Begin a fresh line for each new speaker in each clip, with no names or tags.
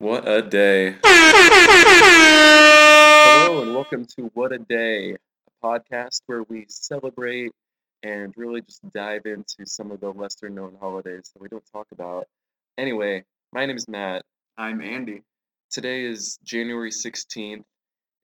a day. Hello and welcome to What a Day, a podcast where we celebrate and really just dive into some of the lesser known holidays that we don't talk about. Anyway, my name is Matt.
I'm Andy.
Today is January 16th.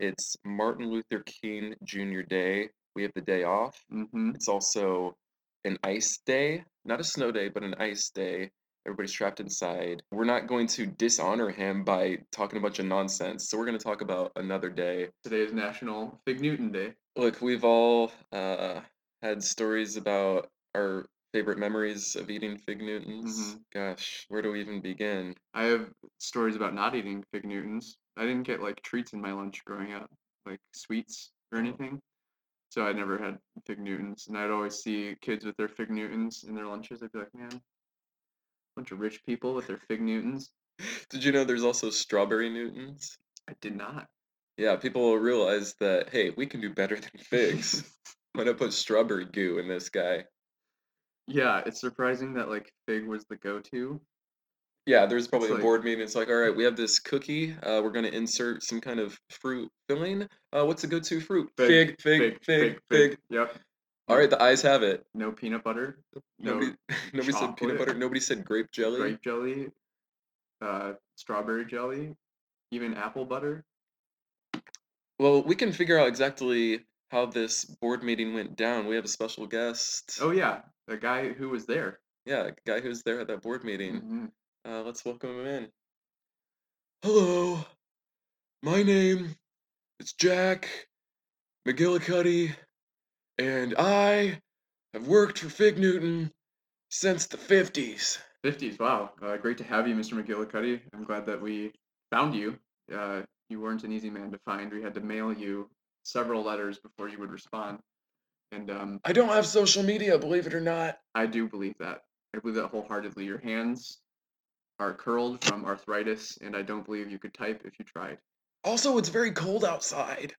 It's Martin Luther King Jr. Day. We have the day off.
Mm-hmm.
It's also an ice day, not a snow day, but an ice day. Everybody's trapped inside. We're not going to dishonor him by talking a bunch of nonsense. So we're going to talk about another day.
Today is National Fig Newton Day.
Look, we've all uh, had stories about our favorite memories of eating fig Newtons.
Mhm.
Gosh, where do we even begin?
I have stories about not eating Fig Newtons. I didn't get like treats in my lunch growing up, like sweets
Oh.
or anything. So I never had Fig Newtons. And I'd always see kids with their Fig Newtons in their lunches. I'd be like, man, bunch of rich people with their Fig Newtons.
Did you know there's also strawberry Newtons?
I did not.
Yeah, people realize that, hey, we can do better than figs. I'm going to put strawberry goo in this guy.
yeah, it's surprising that like Fig was the go to.
Yeah, there's probably
like-
a board meeting. It's like, all right, we have this cookie. Uh, we're going to insert some kind of fruit filling. Uh, what's a go to fruit? Fig,
Fig,
fig, fig, fig.
Yep.
All right, the eyes have it.
No peanut butter. No
Nobody, nobody said peanut
chocolate.
butter. Nobody said grape jelly.
grape jelly, uh, strawberry jelly, even apple butter.
Well, we can figure out exactly how this board meeting went down. We have a special guest.
Oh yeah, the guy who was there.
yeah, a guy who was there at that board meeting.
Mhm.
Uh, let's welcome him in. Hello, my name is Jack McGillicuddy, and I have worked for Fig Newton since the 50s.
50s. Wow, uh, great to have you, Mr. McGillicuddy. I'm glad that we found you. Uh, you weren't an easy man to find. We had to mail you several letters before you would respond, and um,
I don't have social media, believe it or not.
I do believe that. I believe that wholeheartedly. Your hands are curled from arthritis, and I don't believe you could type if you tried.
Also, it's very cold outside.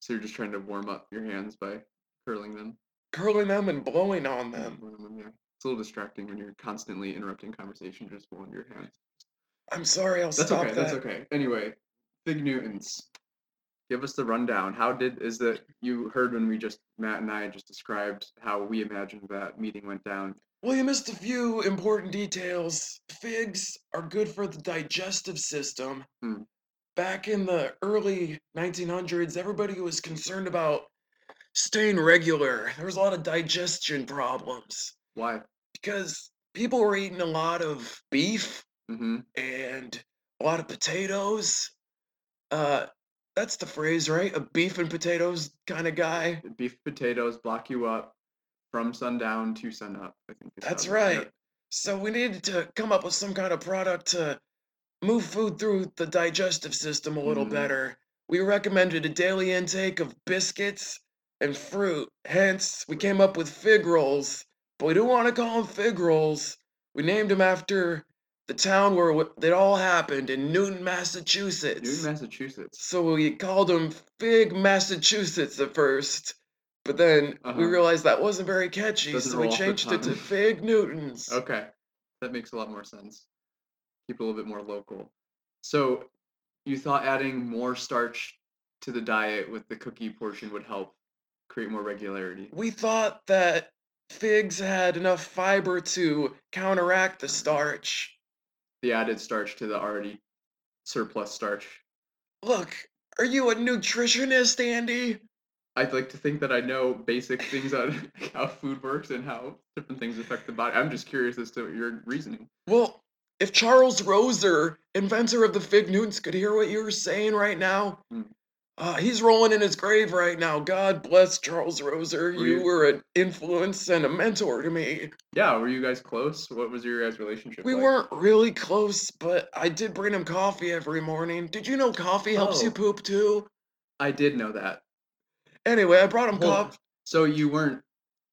So you're just trying to warm up your hands by curling them.
Curling them and blowing on
Yeah,
them.
one of them, yeah. It's a little distracting when you're constantly interrupting conversation just holding your hands.
I'm sorry, I'll
That's
stop
okay.
that.
That's okay. Anyway, Fig Newtons. Give us the rundown. How did is that you heard when we just Matt and I just described how we imagined that meeting went down?
Well, you missed a few important details. Figs are good for the digestive system.
Hmm.
Back in the early 1900s, everybody was concerned about staying regular. There was a lot of digestion problems
Why?
because people were eating a lot of beef
Mm-hmm.
and a lot of potatoes. Uh, that's the phrase, right? A beef and potatoes kind of guy.
Beef potatoes block you up from sundown to sunup. I think is how
That's
they-
right.
yep.
So we needed to come up with some kind of product to move food through the digestive system a little
Mhm.
better. We recommended a daily intake of biscuits and fruit. Hence, we came up with fig rolls, but we didn't want to call them fig rolls. We named them after the town where wh- it all happened in Newton, Massachusetts.
Newton, Massachusetts.
So we called them Fig Massachusetts at first, but then
Uh-huh.
we realized that wasn't very catchy,
Doesn't
so we
roll off the
changed it to
tongue.
Fig Newtons.
Okay, that makes a lot more sense. Keep it a little bit more local. So, you thought adding more starch to the diet with the cookie portion would help create more regularity.
We thought that figs had enough fiber to counteract the starch.
The added starch to the already surplus starch.
Look, are you a nutritionist, Andy?
I'd like to think that I know basic things on how food works and how different things affect the body. I'm just curious as to your reasoning.
Well, if Charles Roser, inventor of the fig Newtons, could hear what you were saying right now,
Mm.
uh, he's rolling in his grave right now. God bless Charles Roser.
Were
you
you-
were an influence and a mentor to me.
Yeah, were you guys close? What was your guys' relationship?
We
like?
weren't really close, but I did bring him coffee every morning. Did you know coffee helps you
Oh.
poop too?
I did know that.
Anyway, I brought him
Hold on.
coffee.
So you weren't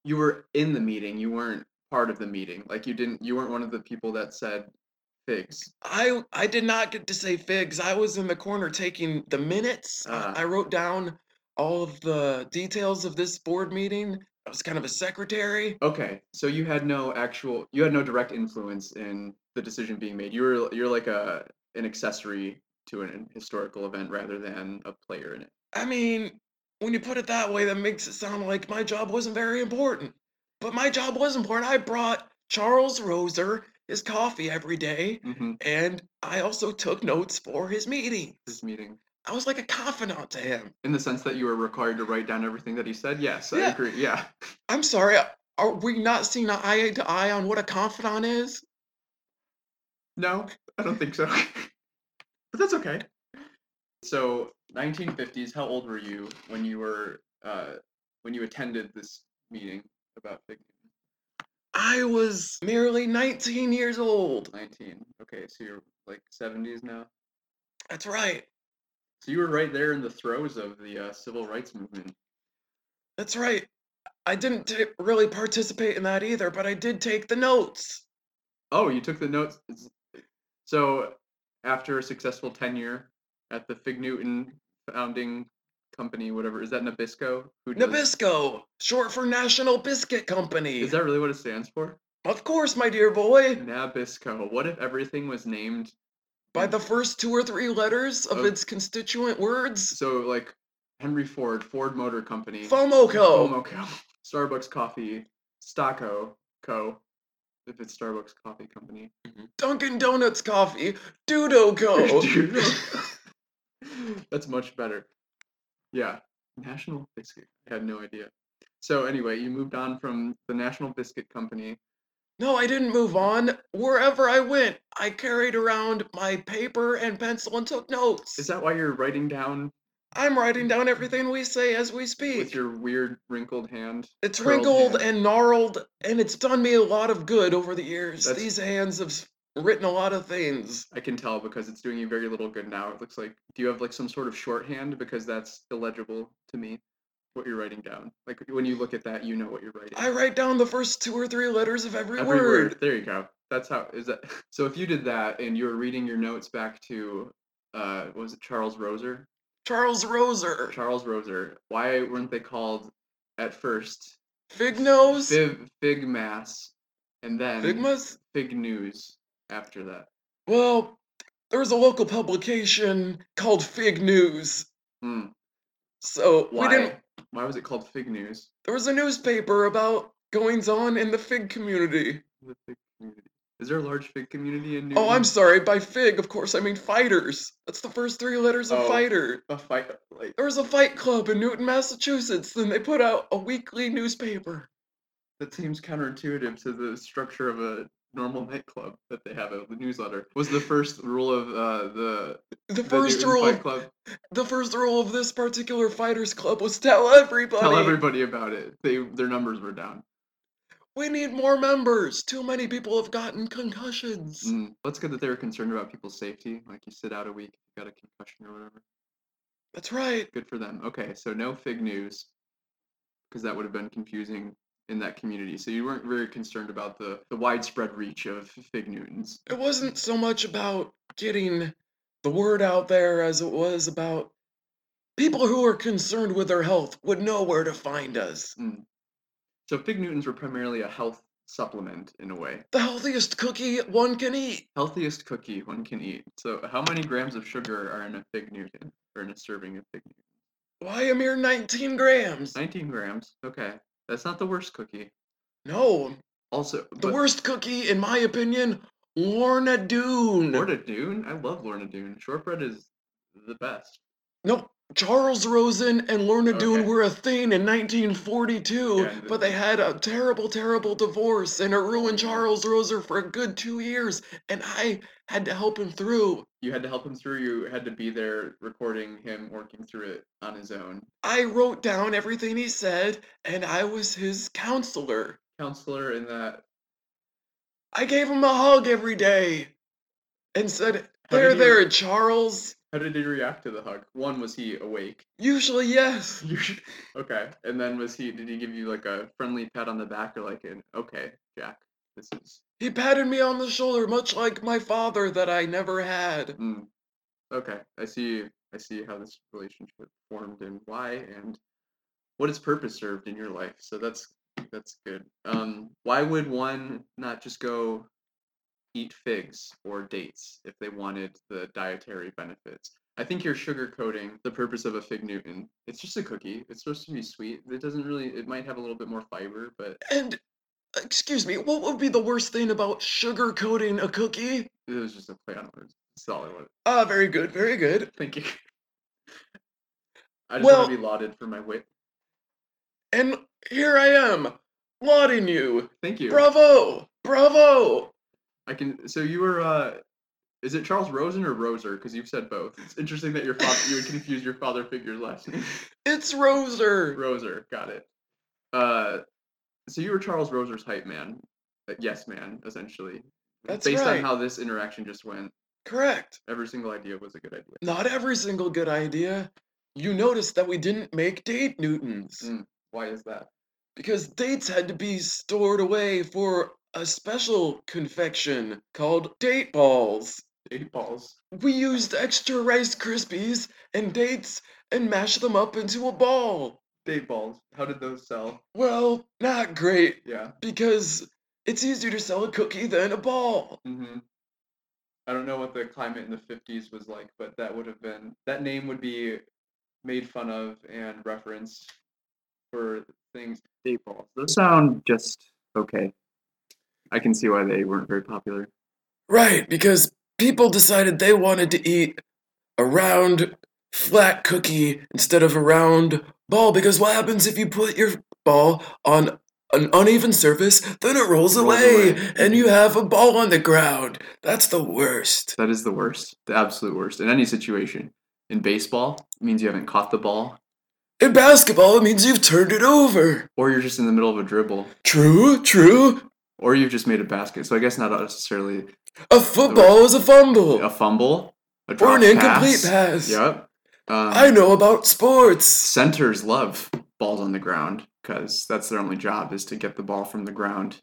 you were in the meeting, you weren't part of the meeting. Like you didn't you weren't one of the people that said figs.
I I did not get to say figs. I was in the corner taking the minutes. I-
Ah.
I wrote down all of the details of this board meeting. I was kind of a secretary.
Okay. So you had no actual you had no direct influence in the decision being made. You were you're like a an accessory to an historical event rather than a player in it.
I mean, when you put it that way, that makes it sound like my job wasn't very important. But my job was important. I brought Charles Roser his coffee every day,
Mm-hmm.
and I also took notes for his meeting.
This meeting,
I was like a confidant to him.
in the sense that you were required to write down everything that he said. Yes, I
Yeah.
agree. Yeah.
I'm sorry, are we not seeing eye to eye on what a confidant is?
No, I don't think so. but that's okay. So, 1950s. How old were you when you were uh, when you attended this meeting about fig?
I was merely 19 years old.
19. Okay, so you're like 70s now.
That's right.
So you were right there in the throes of the uh, civil rights movement.
That's right. I didn't t- really participate in that either, but I did take the notes.
Oh, you took the notes. It's- So, after a successful tenure at the Fig Newton founding company, whatever is that, Nabisco? Who does-
Nabisco, short for National Biscuit Company.
Is that really what it stands for?
of course, my dear boy.
Nabisco. What if everything was named
By the first two or three letters of
Mm-hmm. Oh.
its constituent words,
so like Henry Ford, Ford Motor Company,
FOMOCO.
Mm-hmm. Fomo Co, Starbucks Coffee, Stocko Co. If it's Starbucks Coffee Company.
Dunkin' Donuts Coffee, Dudoco.
Dude. That's much better. Yeah. National Biscuit. I had no idea. So anyway, you moved on from the National Biscuit Company.
no, I didn't move on. Wherever I went, I carried around my paper and pencil and took notes.
Is that why you're writing down
I'm writing down everything we say as we speak.
with your weird wrinkled hand?
It's
curled
wrinkled
hand.
and gnarled, and it's done me a lot of good over the years.
That's-
These hands have s- written a lot of things.
I can tell because it's doing you very little good now. It looks like do you have like some sort of shorthand because that's illegible to me what you're writing down. Like when you look at that, you know what you're writing.
I write down the first two or three letters of every,
Every
word.
There you go. That's how is that. So if you did that and you were reading your notes back to uh what was it Charles Roser?
Charles Roser.
Charles Roser. Why weren't they called at first
Fig nose?
Fig Fig Mass and then
Figmas?
Fig News after that?
Well, there was a local publication called Fig News.
Hmm.
So we didn't.
Why? Why was it called Fig News?
There was a newspaper about goings on in the fig community.
The fig community. Is there a large fig community in New?
Oh, I'm sorry. By fig, of course, I mean fighters. That's the first three letters of
Oh.
fighter.
a fight. Like
There was a fight club in Newton, Massachusetts, and they put out a weekly newspaper.
that seems counterintuitive to the structure of a normal nightclub that they have a newsletter. Was the first rule of uh, the
The
the
first
Newton
rule,
Fight
of,
club?
the first rule of this particular fighters club was tell everybody.
Tell everybody about it. They their numbers were down.
We need more members. Too many people have gotten concussions.
Mm. That's good that they were concerned about people's safety. Like you sit out a week, you got a concussion or whatever.
That's right.
Good for them. Okay, so no fig news, because that would have been confusing in that community. So you weren't very concerned about the the widespread reach of fig Newtons.
It wasn't so much about getting the word out there as it was about people who are concerned with their health would know where to find us.
So fig Newtons were primarily a health supplement in a way.
The healthiest cookie one can eat.
Healthiest cookie one can eat. So how many grams of sugar are in a fig Newton or in a serving of fig Newton?
Why a mere 19 grams?
19 grams. Okay. That's not the worst cookie.
No,
Also,
The
but
worst cookie, in my opinion, Lorna Doone.
Lorna Doone? I love Lorna Doone. Shortbread is the best.
No, Charles Rosen and Lorna Doone
Okay.
were a thing in 1942,
Yeah, and
but
the-
they had a terrible, terrible divorce, and it ruined Charles Roser for a good two years, and I had to help him through.
You had to help him through. You had to be there recording him working through it on his own.
I wrote down everything he said, and I was his counselor.
Counselor in that.
I gave him a hug every day and said,
How
There,
did you-
there, Charles.
How did he react to the hug? One, was he awake?
Usually, yes.
You- okay. And then was he? Did he give you like a friendly pat on the back or like an okay, Jack? This is
He patted me on the shoulder, much like my father that I never had.
mm, okay. I see. I see how this relationship formed and why and what its purpose served in your life. So that's that's good. Um, why would one not just go eat figs or dates if they wanted the dietary benefits. I think you're sugarcoating the purpose of a fig Newton. It's just a cookie. It's supposed to be sweet. It doesn't really. It might have a little bit more fiber, but
And excuse me, what would be the worst thing about sugarcoating a cookie?
it was just a play on words. That's all I wanted.
Ah, very good, very good.
Thank you. I just
Well-
want to be lauded for my wit.
And here I am, lauding you.
Thank you.
Bravo, bravo.
I can. So you were. uh Is it Charles Rosen or Roser? Because you've said both. It's interesting that your father. you would confuse your father figure's last name.
It's Roser.
Roser, got it. Uh, so you were Charles Roser's hype man, uh, yes man, essentially.
That's
Based
right.
on how this interaction just went,
Correct.
every single idea was a good idea.
Not every single good idea. You noticed that we didn't make date Newtons.
Mm. Why is that?
because dates had to be stored away for a special confection called date balls.
Eight balls.
We used extra Rice Krispies and dates and mashed them up into a ball.
Date balls. How did those sell?
Well, not great,
Yeah.
because it's easier to sell a cookie than a ball.
hmm I don't know what the climate in the fifties was like, but that would have been that name would be made fun of and referenced for things. Date balls. Those sound just okay. I can see why they weren't very popular.
Right, because people decided they wanted to eat a round, flat cookie instead of a round ball. Because what happens if you put your ball on an uneven surface? Then it rolls,
Rolls
away,
away.
and you have a ball on the ground. That's the worst.
That is the worst, the absolute worst in any situation. In baseball, it means you haven't caught the ball,
In basketball, it means you've turned it over.
or you're just in the middle of a dribble,
True, true.
or you've just made a basket. So I guess not necessarily
A football is a fumble
a fumble, a
or
drop
an incomplete pass.
Yep. Um,
I know about sports.
centers love balls on the ground because that's their only job is to get the ball from the ground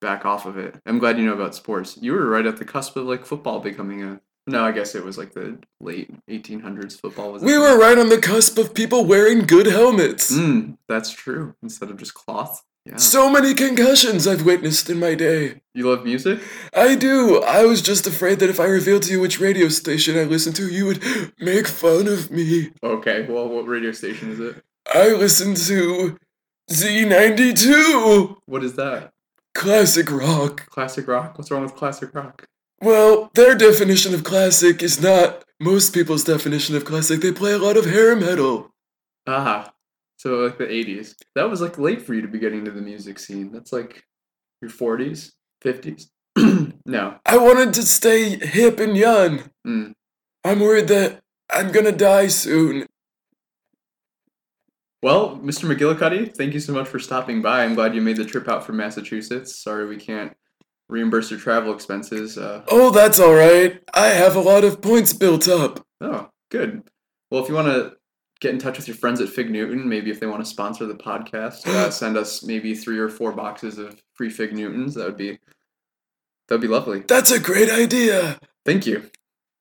back off of it. I'm glad you know about sports. You were right at the cusp of like football becoming a. No, I guess it was like the late 1800s. Football was. a
We
thing.
were right on the cusp of people wearing good helmets.
Mm, that's true. Instead of just cloth. Yeah.
So many concussions I've witnessed in my day.
You love music?
I do. I was just afraid that if I revealed to you which radio station I listened to, you would make fun of me.
Okay. Well, what radio station is it?
I listened to Z92
What is that?
classic rock.
Classic rock? What's wrong with classic rock?
Well, their definition of classic is not most people's definition of classic. They play a lot of hair metal.
Ah, so like the 80s. That was like late for you to be getting into the music scene. That's like your 40s, 50s. no.
I wanted to stay hip and young.
Mm.
I'm worried that I'm gonna die soon.
Well, Mr. McGillicuddy, thank you so much for stopping by. I'm glad you made the trip out from Massachusetts. Sorry we can't reimburse your travel expenses. Uh,
Oh, that's alright. I have a lot of points built up.
Oh, good. Well, if you want to get in touch with your friends at Fig Newton, maybe if they want to sponsor the podcast, uh, send us maybe three or four boxes of free Fig Newtons. That would be that would be lovely.
That's a great idea.
Thank you.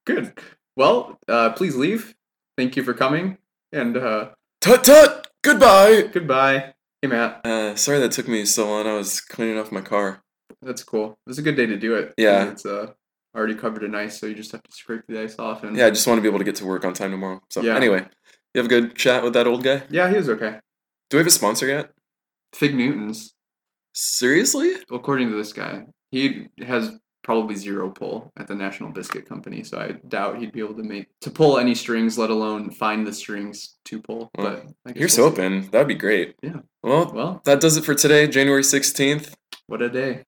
Good. Well, uh, please leave. Thank you for coming, and uh,
Tut tut. Goodbye.
goodbye. Hey, Matt.
Uh, sorry that took me so long. I was cleaning off my car.
That's cool. It was a good day to do it. 'cause
Yeah.
It's uh, already covered in ice, so you just have to scrape the ice off. And
Yeah, I just want to be able to get to work on time tomorrow. So
Yeah.
anyway, you have a good chat with that old guy.
yeah, he was okay.
Do we have a sponsor yet?
Fig Newtons.
Seriously?
according to this guy, he has probably zero pull at the National Biscuit Company, so I doubt he'd be able to make to pull any strings, let alone find the strings to pull.
Well,
But I guess
Here's
we'll see.
hoping. That'd be great.
Yeah.
Well,
Well,
that does it for today, January sixteenth.
what a day.